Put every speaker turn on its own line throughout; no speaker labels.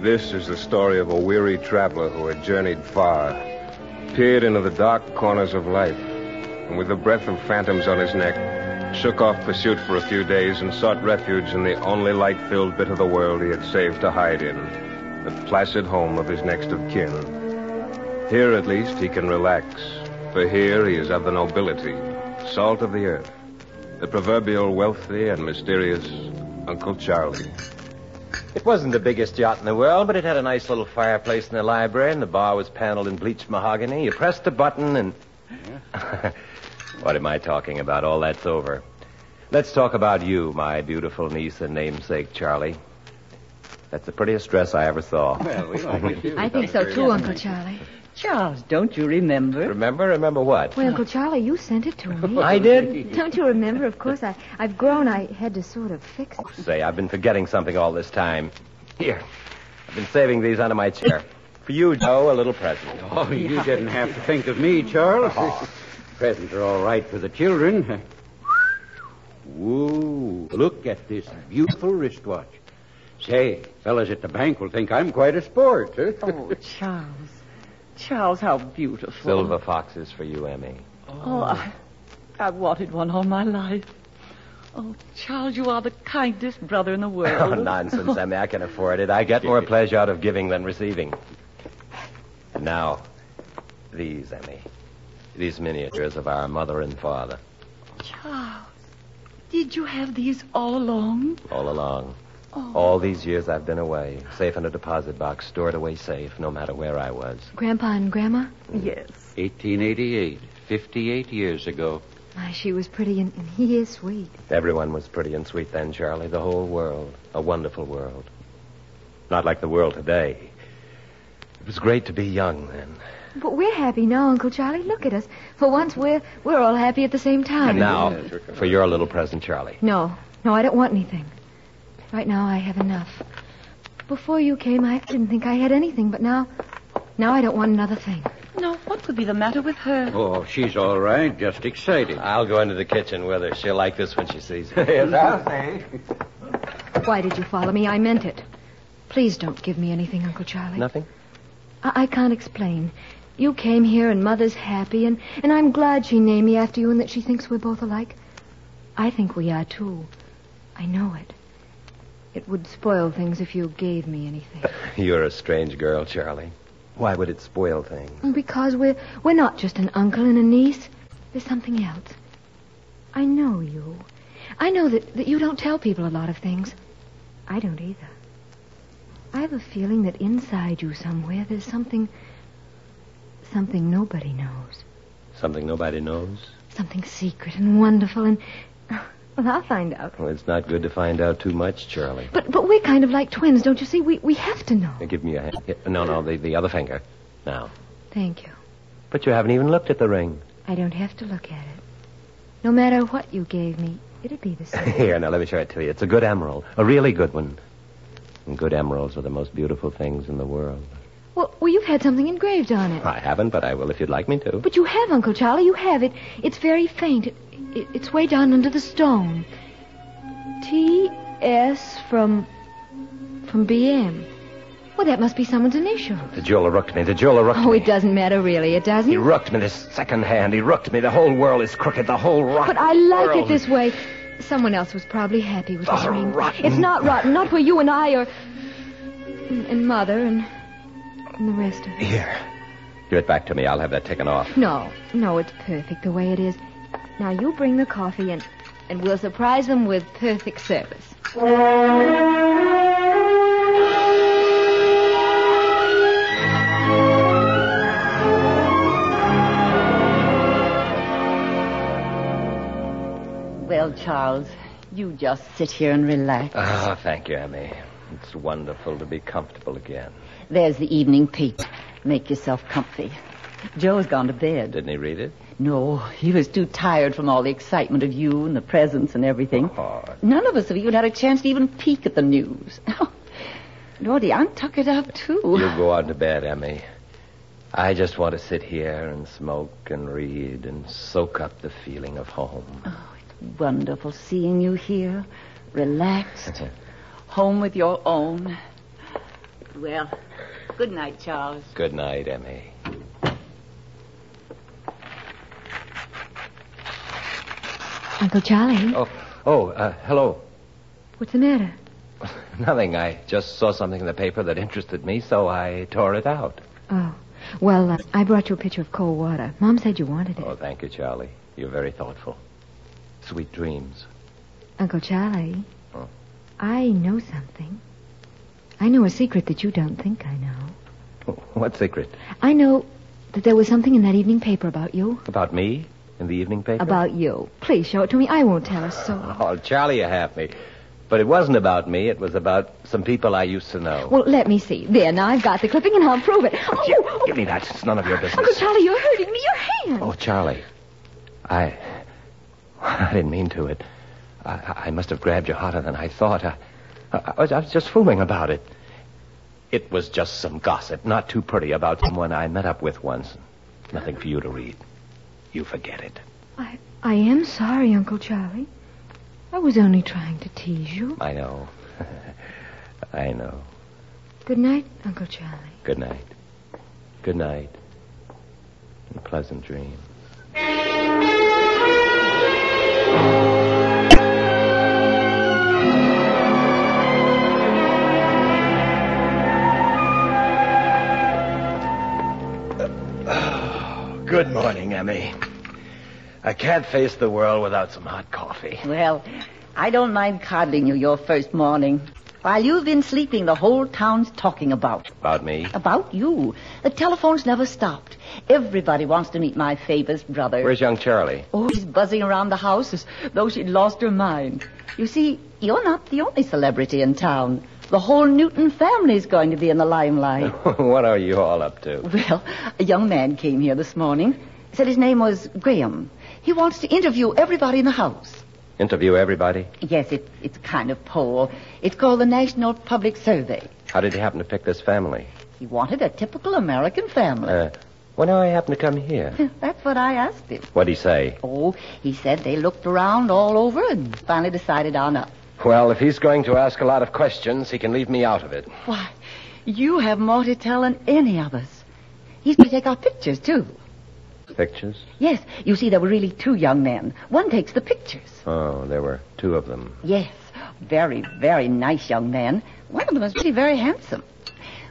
This is the story of a weary traveler who had journeyed far, peered into the dark corners of life, and with the breath of phantoms on his neck, shook off pursuit for a few days and sought refuge in the only light filled bit of the world he had saved to hide in the placid home of his next of kin. Here, at least, he can relax, for here he is of the nobility, salt of the earth, the proverbial wealthy and mysterious Uncle Charlie.
It wasn't the biggest yacht in the world, but it had a nice little fireplace in the library, and the bar was paneled in bleached mahogany. You pressed a button, and. what am I talking about? All that's over. Let's talk about you, my beautiful niece and namesake, Charlie. That's the prettiest dress I ever saw.
Well, we like it, too.
I think so too, Uncle Charlie.
Charles, don't you remember? Oh,
Remember? Remember what?
Well, Uncle Charlie, you sent it to me.
I did?
Don't you remember? Of course, I, I've grown. I had to sort of fix it.
Say, I've been forgetting something all this time. Here. I've been saving these under my chair. For you, Joe, a little present.
Oh, you didn't have to think of me, Charles. Presents are all right for the children. Whoa, look at this beautiful wristwatch. Say, fellas at the bank will think I'm quite a sport. Huh?
Oh, Charles. Charles, how beautiful.
Silver foxes for you, Emmy.
Oh, I, I've wanted one all my life. Oh, Charles, you are the kindest brother in the
Oh,
world.
nonsense, Emmy. I can afford it. I get more pleasure out of giving than receiving. And now, these, Emmy. These miniatures of our mother and father
Charles, did you have these all along?
all along.
Oh.
All these years I've been away, safe in a deposit box, stored away safe, no matter where I was.
Grandpa and Grandma,
Yes.
1888, 58 years ago.
my, she was pretty, and, and he is sweet.
Everyone was pretty and sweet then, Charlie. The whole world. A wonderful world. Not like the world today. It was great to be young then.
But we're happy now, Uncle Charlie. Look at us. For once, we're we're all happy at the same time.
And now, for your little present, Charlie.
No, no, I don't want anything. Right now, I have enough. Before you came, I didn't think I had anything, but now, now I don't want another thing.
No, what could be the matter with her?
Oh, she's all right, just excited.
I'll go into the kitchen with her. She'll like this when she sees it.
Why did you follow me? I meant it. Please don't give me anything, Uncle Charlie.
Nothing?
I, I can't explain. You came here, and Mother's happy, and, and I'm glad she named me after you and that she thinks we're both alike. I think we are, too. I know it. It would spoil things if you gave me anything.
You're a strange girl, Charlie. Why would it spoil things?
Because we're, we're not just an uncle and a niece. There's something else. I know you. I know that, that you don't tell people a lot of things. I don't either. I have a feeling that inside you somewhere there's something. something nobody knows.
Something nobody knows?
Something secret and wonderful and. uh, Well, I'll find out.
Well, it's not good to find out too much, Charlie.
But, but we're kind of like twins, don't you see? We, we have to know.
Now, Give me a hand. Here, No, no, the, the other finger. Now.
Thank you.
But you haven't even looked at the ring.
I don't have to look at it. No matter what you gave me, it'd be the same.
Here, now let me show it to you. It's a good emerald, a really good one. And good emeralds are the most beautiful things in the world.
Well, well, you've had something engraved on it.
I haven't, but I will if you'd like me to.
But you have, Uncle Charlie. You have it. It's very faint. It, it, it's way down under the stone. T S from from B M. Well, that must be someone's initial.
The jeweler rooked me. The jeweler rooked
Oh,
me.
it doesn't matter really. It doesn't.
He rooked me this second hand. He rooked me. The whole world is crooked. The whole rock.
But I like
world.
it this way. Someone else was probably happy with this
Oh,
ring.
rotten.
It's not rotten. Not where you and I are, and, and Mother and and the rest of us.
Here. Give it back to me. I'll have that taken off.
No, no, it's perfect the way it is. Now you bring the coffee and and we'll surprise them with perfect service.
Well, Charles, you just sit here and relax.
Oh, thank you, Emmy. It's wonderful to be comfortable again.
There's the evening paper. Make yourself comfy. Joe's gone to bed.
Didn't he read it?
No, he was too tired from all the excitement of you and the presents and everything.
Oh.
None of us have even had a chance to even peek at the news.
Oh,
Lordy, I'm tuckered out, too.
You go on to bed, Emmy. I just want to sit here and smoke and read and soak up the feeling of home.
Wonderful seeing you here, relaxed, home with your own.
Well, good night, Charles.
Good night, Emmy.
Uncle Charlie,
Oh, oh, uh, hello.
what's the matter?
Nothing. I just saw something in the paper that interested me, so I tore it out.
Oh, well, uh, I brought you a pitcher of cold water. Mom said you wanted it.
Oh, thank you, Charlie. You're very thoughtful. Sweet dreams.
Uncle Charlie,
Huh?
I know something. I know a secret that you don't think I know.
What secret?
I know that there was something in that evening paper about you.
About me? In the evening paper?
About you. Please show it to me. I won't tell a soul.
Oh, Charlie, you have me. But it wasn't about me. It was about some people I used to know.
Well, let me see. There, now I've got the clipping and I'll prove it. Oh,
Gi-
oh,
Give me that. It's none of your business.
Uncle Charlie, you're hurting me. Your hand.
Oh, Charlie. I. I didn't mean to. It. I- I, I must have grabbed you hotter than I thought. I, I, I was, I was just fooling about it. It was just some gossip, not too pretty, about someone I met up with once. Nothing for you to read. You forget it.
I, I am sorry, Uncle Charlie. I was only trying to tease you.
I know. I know.
Good night, Uncle Charlie.
Good night. Good night. And pleasant dreams. Good morning, Emmy. I can't face the world without some hot coffee.
Well, I don't mind coddling you your first morning. While you've been sleeping, the whole town's talking about.
About me?
About you. The telephone's never stopped. Everybody wants to meet my Faber's brother.
Where's young Charlie?
Oh, she's buzzing around the house as though she'd lost her mind. You see, you're not the only celebrity in town. The whole Newton family's going to be in the limelight.
what are you all up to?
Well, a young man came here this morning. Said his name was Graham. He wants to interview everybody in the house.
Interview everybody?
Yes, it, it's a kind of poll. It's called the National Public Survey.
How did you happen to pick this family?
He wanted a typical American family.
Uh, when I happen to come here?
That's what I asked him.
What'd he say?
Oh, he said they looked around all over and finally decided "Oh, on us.
Well, if he's going to ask a lot of questions, he can leave me out of it.
Why, you have more to tell than any of us. He's going to take our pictures, too.
Pictures?
Yes, you see, there were really two young men. One takes the pictures.
Oh, there were two of them.
Yes, very, very nice young man. One of them is really very handsome.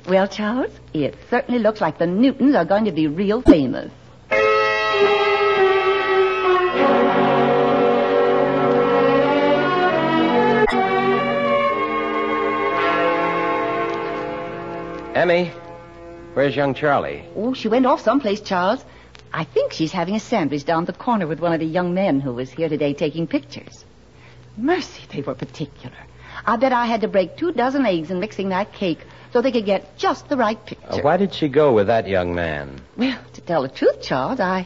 Well, Charles, it certainly looks like the Newtons are going to be real famous.
Emmy, where's young Charlie?
Oh, she went off someplace, Charles. I think she's having a sandwich down the corner with one of the young men who was here today taking pictures. Mercy, they were particular. I bet I had to break two dozen eggs in mixing that cake so they could get just the right picture.
Uh, why did she go with that young man?
Well, to tell the truth, Charles, I,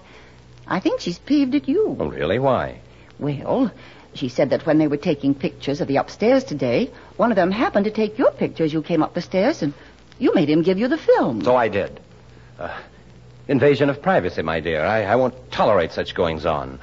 I think she's peeved at you.
Oh, really? Why?
Well, she said that when they were taking pictures of the upstairs today, one of them happened to take your picture as you came up the stairs, and you made him give you the film.
So I did. Uh, invasion of privacy, my dear. I, I won't tolerate such goings on.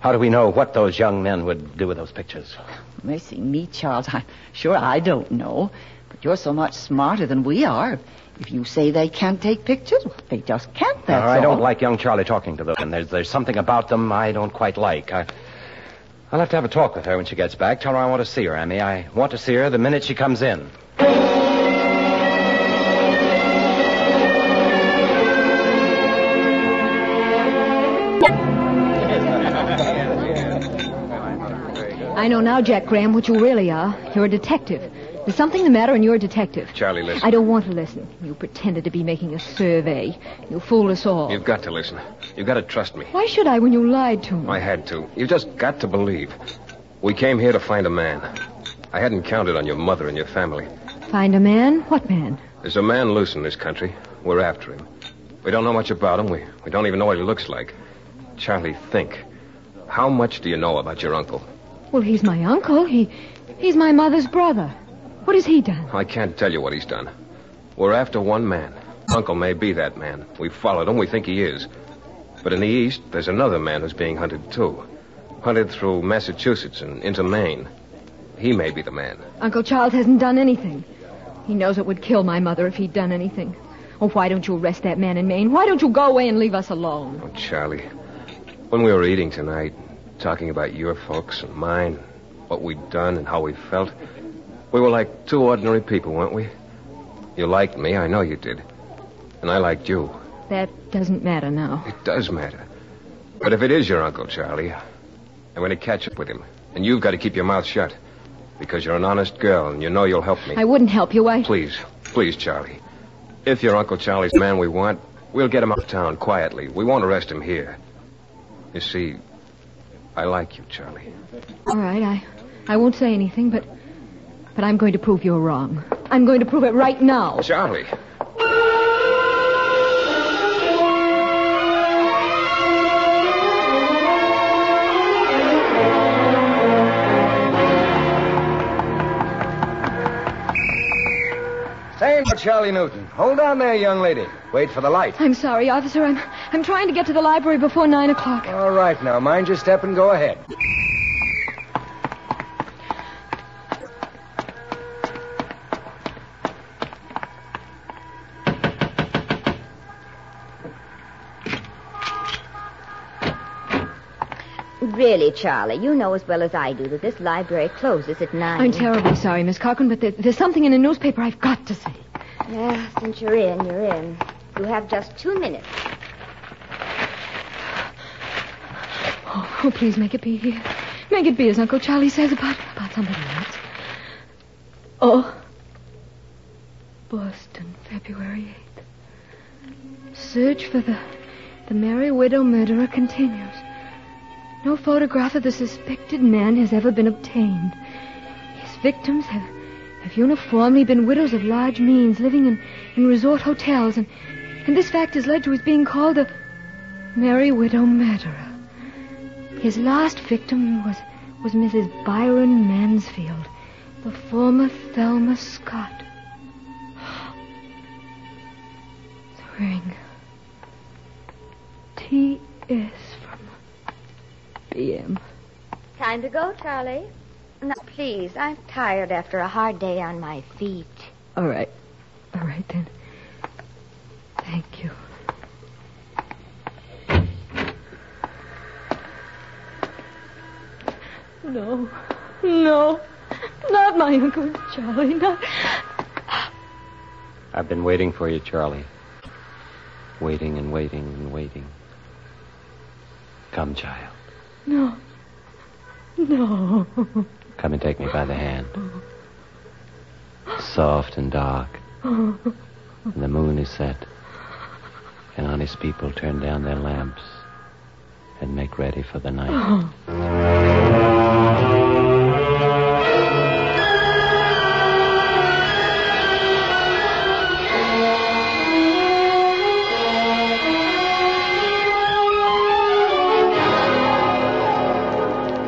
How do we know what those young men would do with those pictures?
Mercy me, Charles, I'm sure I don't know. But you're so much smarter than we are. If you say they can't take pictures, well, they just can't, that's
Uh, I
all.
don't like young Charlie talking to them. And there's there's something about them I don't quite like. I, I'll have to have a talk with her when she gets back. Tell her I want to see her, Emmy. I want to see her the minute she comes in.
I know now, Jack Graham, what you really are. You're a detective. There's something the matter, and you're a detective.
Charlie, listen.
I don't want to listen. You pretended to be making a survey. You fooled us all.
You've got to listen. You've got to trust me.
Why should I when you lied to me?
I had to. You just got to believe. We came here to find a man. I hadn't counted on your mother and your family.
Find a man? What man?
There's a man loose in this country. We're after him. We don't know much about him. We, we don't even know what he looks like. Charlie, think. How much do you know about your uncle?
Well, he's my uncle. He, he's my mother's brother. What has he done?
I can't tell you what he's done. We're after one man. Uncle may be that man. We followed him. We think he is. But in the east, there's another man who's being hunted, too. Hunted through Massachusetts and into Maine. He may be the man.
Uncle Charles hasn't done anything. He knows it would kill my mother if he'd done anything. Oh, why don't you arrest that man in Maine? Why don't you go away and leave us alone?
Oh, Charlie, when we were eating tonight, talking about your folks and mine, what we'd done and how we felt, we were like two ordinary people, weren't we? You liked me, I know you did. And I liked you.
That doesn't matter now.
It does matter. But if it is your Uncle Charlie, I'm going to catch up with him. And you've got to keep your mouth shut. Because you're an honest girl and you know you'll help me.
I wouldn't help you. I.
Please, please, Charlie. If your Uncle Charlie's the man we want, we'll get him uptown quietly. We won't arrest him here. You see, I like you, Charlie.
All right, I, I won't say anything, but, but I'm going to prove you're wrong. I'm going to prove it right now.
Charlie.
Same for Charlie Newton. Hold on there, young lady. Wait for the light.
I'm sorry, officer. I'm, I'm trying to get to the library before nine o'clock.
All right, now mind your step and go ahead.
Really, Charlie, you know as well as I do that this library closes at nine.
I'm terribly sorry, Miss Cochran, but there, there's something in the newspaper I've got to see.
Yeah, since you're in, you're in. You have just two minutes.
Oh, oh, please make it be here. Make it be as Uncle Charlie says about, about somebody else. Oh. Boston, February 8th. Search for the, the Merry Widow murderer continues. No photograph of the suspected man has ever been obtained. His victims have, have uniformly been widows of large means, living in, in resort hotels, and, and this fact has led to his being called the Merry Widow Murderer. His last victim was, was Mrs. Byron Mansfield, the former Thelma Scott. The ring. T.S. from B.M.
Time to go, Charlie. Now, please, I'm tired after a hard day on my feet.
All right. All right, then. Thank you. No. No. Not my Uncle Charlie. Not...
I've been waiting for you, Charlie. Waiting and waiting and waiting. Come, child.
No. No.
Come and take me by the hand. Soft and dark. And the moon is set. And honest people turn down their lamps and make ready for the night.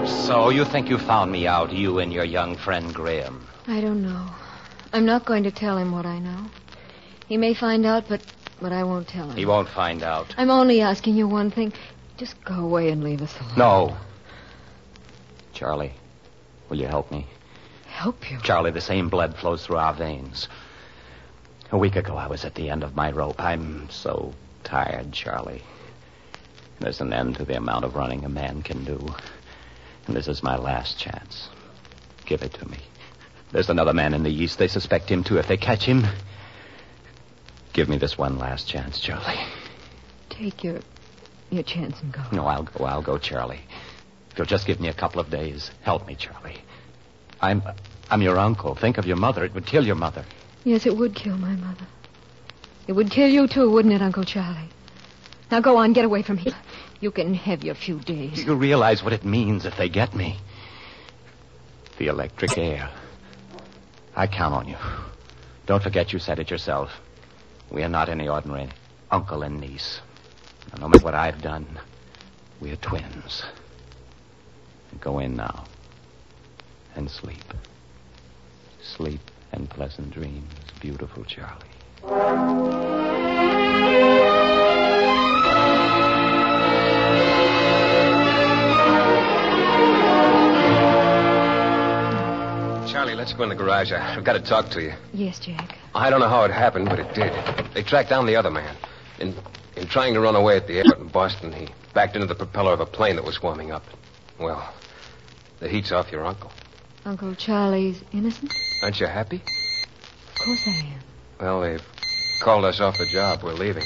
So you think you found me out, you and your young friend Graham?
I don't know. I'm not going to tell him what I know. He may find out, but but I won't tell him.
He won't find out.
I'm only asking you one thing. Just go away and leave us alone.
No. Charlie, will you help me?
Help you.
Charlie, the same blood flows through our veins. A week ago, I was at the end of my rope. I'm so tired, Charlie. There's an end to the amount of running a man can do. And this is my last chance. Give it to me. There's another man in the East. They suspect him, too. If they catch him, give me this one last chance, Charlie.
Take your your chance and go.
No, I'll go. I'll go, Charlie. If you'll just give me a couple of days, help me, Charlie. I'm, I'm your uncle. Think of your mother. It would kill your mother.
Yes, it would kill my mother. It would kill you too, wouldn't it, Uncle Charlie? Now go on, get away from here. You can have your few days.
You realize what it means if they get me. The electric air. I count on you. Don't forget you said it yourself. We are not any ordinary uncle and niece. And no matter what I've done, we are twins. Go in now and sleep. Sleep and pleasant dreams, beautiful Charlie.
Charlie, Let's go in the garage. I- I've got to talk to you.
Yes, Jack.
I don't know how it happened, but it did. They tracked down the other man. In, in trying to run away at the airport in Boston, he backed into the propeller of a plane that was warming up. Well, the heat's off your uncle.
Uncle Charlie's innocent?
Aren't you happy?
Of course I am.
Well, they've called us off the job. We're leaving.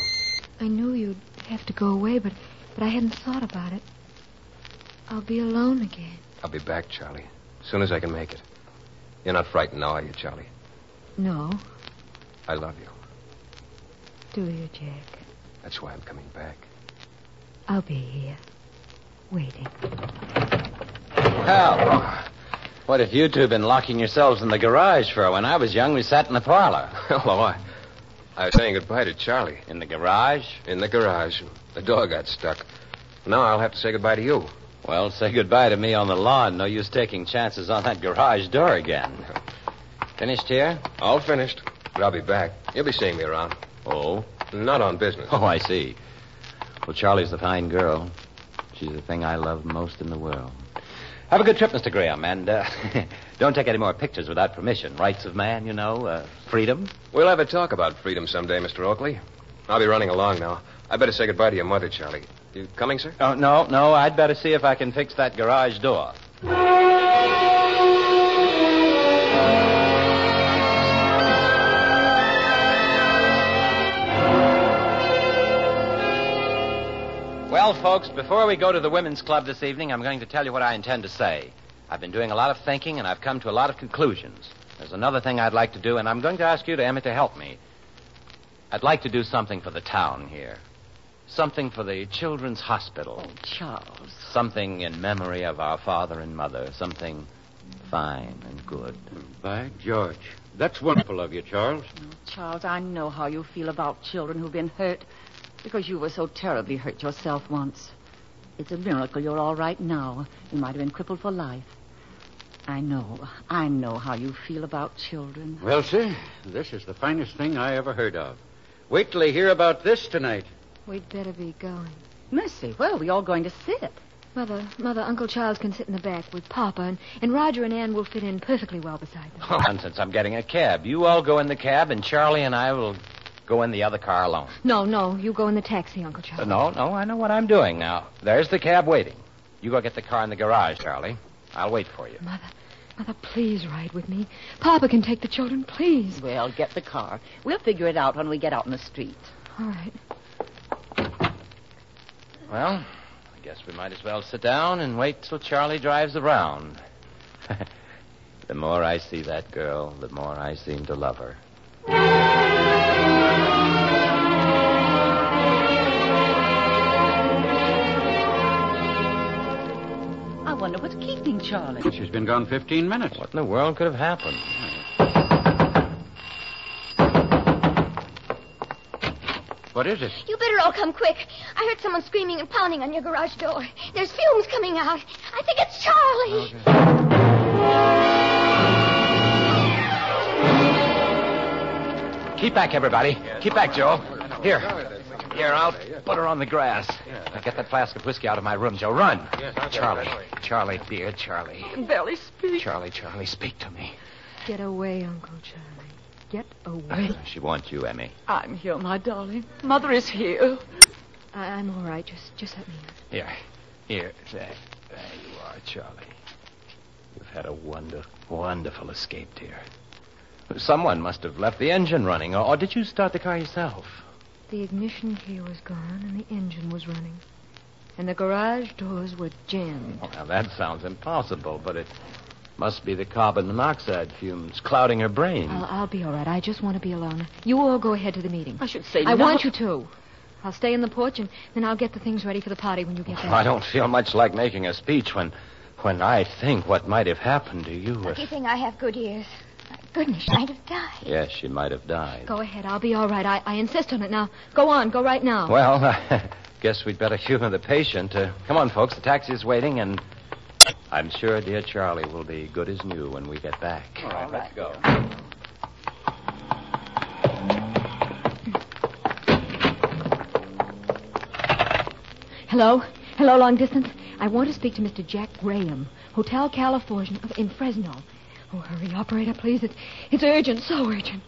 I knew you'd have to go away, but, but I hadn't thought about it. I'll be alone again.
I'll be back, Charlie, as soon as I can make it. You're not frightened now, are you, Charlie?
No.
I love you.
Do you, Jack?
That's why I'm coming back.
I'll be here. Waiting.
Hal, what have you two been locking yourselves in the garage for? When I was young, we sat in the parlor.
Hello, I, I was saying goodbye to Charlie
In the garage?
in the garage. The door got stuck. Now I'll have to say goodbye to you.
Well, say goodbye to me on the lawn. No use taking chances on that garage door again. Finished here?
All finished. But I'll be back. You'll be seeing me around.
Oh.
Not on business.
Oh, I see. Well, Charlie's the fine girl. She's the thing I love most in the world. Have a good trip, Mr. Graham, and uh, don't take any more pictures without permission. Rights of man, you know, uh, freedom.
We'll have a talk about freedom someday, Mr. Oakley. I'll be running along now. I better say goodbye to your mother, Charlie. You coming, sir?
Oh, no, no, I'd better see if I can fix that garage door. Well, folks, before we go to the women's club this evening, I'm going to tell you what I intend to say. I've been doing a lot of thinking, and I've come to a lot of conclusions. There's another thing I'd like to do, and I'm going to ask you to, Emmett, to help me. I'd like to do something for the town here. Something for the children's hospital.
Charles.
Something in memory of our father and mother. Something fine and good.
By George. That's wonderful of you, Charles.
Charles, I know how you feel about children who've been hurt because you were so terribly hurt yourself once. It's a miracle you're all right now. You might have been crippled for life. I know. I know how you feel about children.
Well, sir, this is the finest thing I ever heard of. Wait till they hear about this tonight.
We'd better be going.
Mercy, where are we all going to sit?
Mother, Mother, Uncle Charles can sit in the back with Papa, and, and Roger and Anne will fit in perfectly well beside them.
Nonsense. I'm getting a cab. You all go in the cab, and Charlie and I will go in the other car alone.
No, no, you go in the taxi, Uncle Charles.
No, no, I know what I'm doing now. There's the cab waiting. You go get the car in the garage, Charlie. I'll wait for you.
Mother, Mother, please ride with me. Papa can take the children, please.
Well, get the car. We'll figure it out when we get out in the street.
All right.
Well, I guess we might as well sit down and wait till Charlie drives around. the more I see that girl, the more I seem to love her.
I wonder what's keeping Charlie.
She's been gone 15 minutes.
What in the world could have happened?
What is it?
You better all come quick. I heard someone screaming and pounding on your garage door. There's fumes coming out. I think it's Charlie.
Keep back, everybody. Keep back, Joe. Here. Here, I'll put her on the grass. Now get that flask of whiskey out of my room, Joe. Run. Charlie. Charlie, dear Charlie.
I can barely speak.
Charlie, Charlie, speak to me.
Get away, Uncle Charlie. Get away.
Uh, She wants you, Emmy.
I'm here, my darling. Mother is here.
I, I'm all right. Just, just let me in.
Here. Here. There. There you are, Charlie. You've had a wonder, wonderful escape, dear. Someone must have left the engine running, or, or did you start the car yourself?
The ignition key was gone, and the engine was running, and the garage doors were jammed.
Oh, Now, that sounds impossible, but it must be the carbon monoxide fumes clouding her brain.
I'll, I'll be all right. I just want to be alone. You all go ahead to the meeting.
I should say
I
no.
want you to. I'll stay in the porch, and then I'll get the things ready for the party when you get back.
I don't feel much like making a speech when, when I think what might have happened to you.
Lucky
If...
thing I have good ears. My goodness, she might have died.
Yes, she might have died.
Go ahead. I'll be all right. I, I insist on it now. Go on. Go right now.
Well, I guess we'd better humor the patient. Uh, come on, folks. The taxi is waiting, and I'm sure dear Charlie will be good as new when we get back. All right, let's go.
Hello? Hello, long distance? I want to speak to Mr. Jack Graham, Hotel California of- in Fresno. Oh, hurry, operator, please. It, it's urgent, so urgent.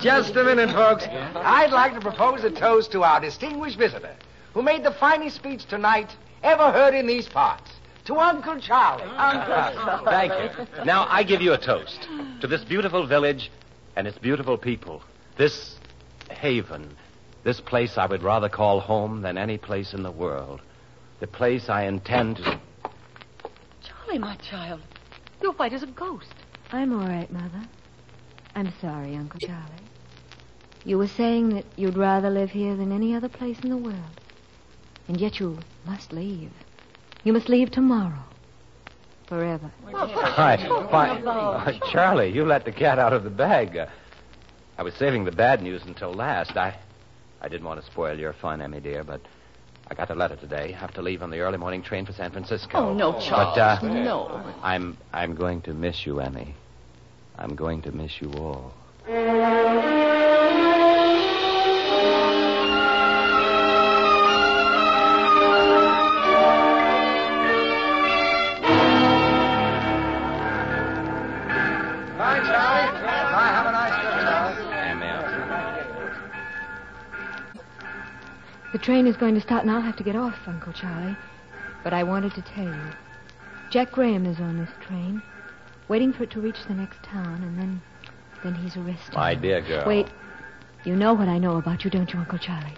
Just a minute, folks. I'd like to propose a toast to our distinguished visitor, who made the finest speech tonight ever heard in these parts. To Uncle Charlie. Uncle
Thank you. Now I give you a toast to this beautiful village and its beautiful people. This haven, this place I would rather call home than any place in the world. The place I intend to.
Charlie, my child, you're white as a ghost.
I'm all right, Mother. I'm sorry, Uncle Charlie. You were saying that you'd rather live here than any other place in the world. And yet you must leave. You must leave tomorrow. Forever.
Why, why, why, Charlie, you let the cat out of the bag. Uh, I was saving the bad news until last. I, I didn't want to spoil your fun, Emmy dear, but I got a letter today. Have to leave on the early morning train for San Francisco.
Oh, no, Charles,
But, uh,
no.
I'm, I'm going to miss you, Emmy. I'm going to miss you all.
Bye, Charlie. Bye. Have a nice trip, Charlie.
Emmy,
The train is going to start, and I'll have to get off, Uncle Charlie. But I wanted to tell you. Jack Graham is on this train, waiting for it to reach the next town, and then, then he's arrested.
my dear girl.
Wait. You know what I know about you, don't you, Uncle Charlie?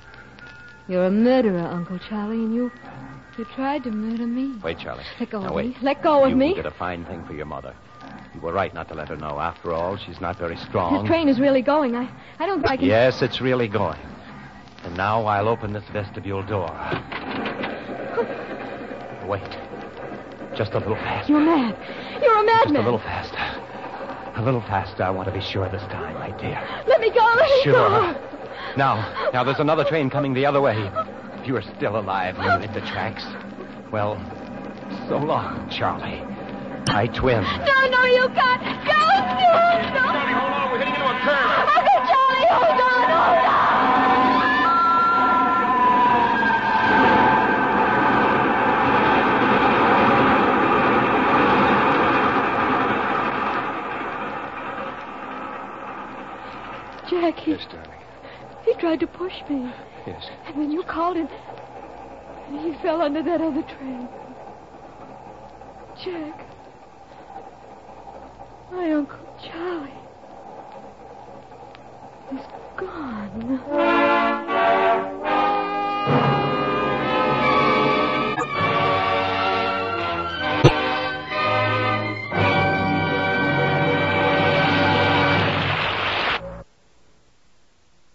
You're a murderer, Uncle Charlie, and you you tried to murder me.
Wait, Charlie.
Let go
Now,
of
wait.
me. Let go of
you
me.
did a fine thing for your mother. You were right not to let her know. After all, she's not very strong.
This train is really going. I I don't think I can.
Yes, it's really going. And now I'll open this vestibule door. Wait. Just a little faster.
You're mad. You're a
Just a
madman.
little faster. A little faster. I want to be sure this time, my dear.
Let me go. Let me
Sure.
go.
Now, now there's another train coming the other way. If you are still alive when you hit the tracks, well, so long, Charlie. My twin.
No, no, you can't. Don't, no, no.
Hold on, we're hitting into a curve.
Uncle Charlie, hold on, hold on.
Jack, he,
Yes, darling.
he tried to push me.
Yes.
And when you called him, he fell under that other train. Jack. My Uncle Charlie. He's gone.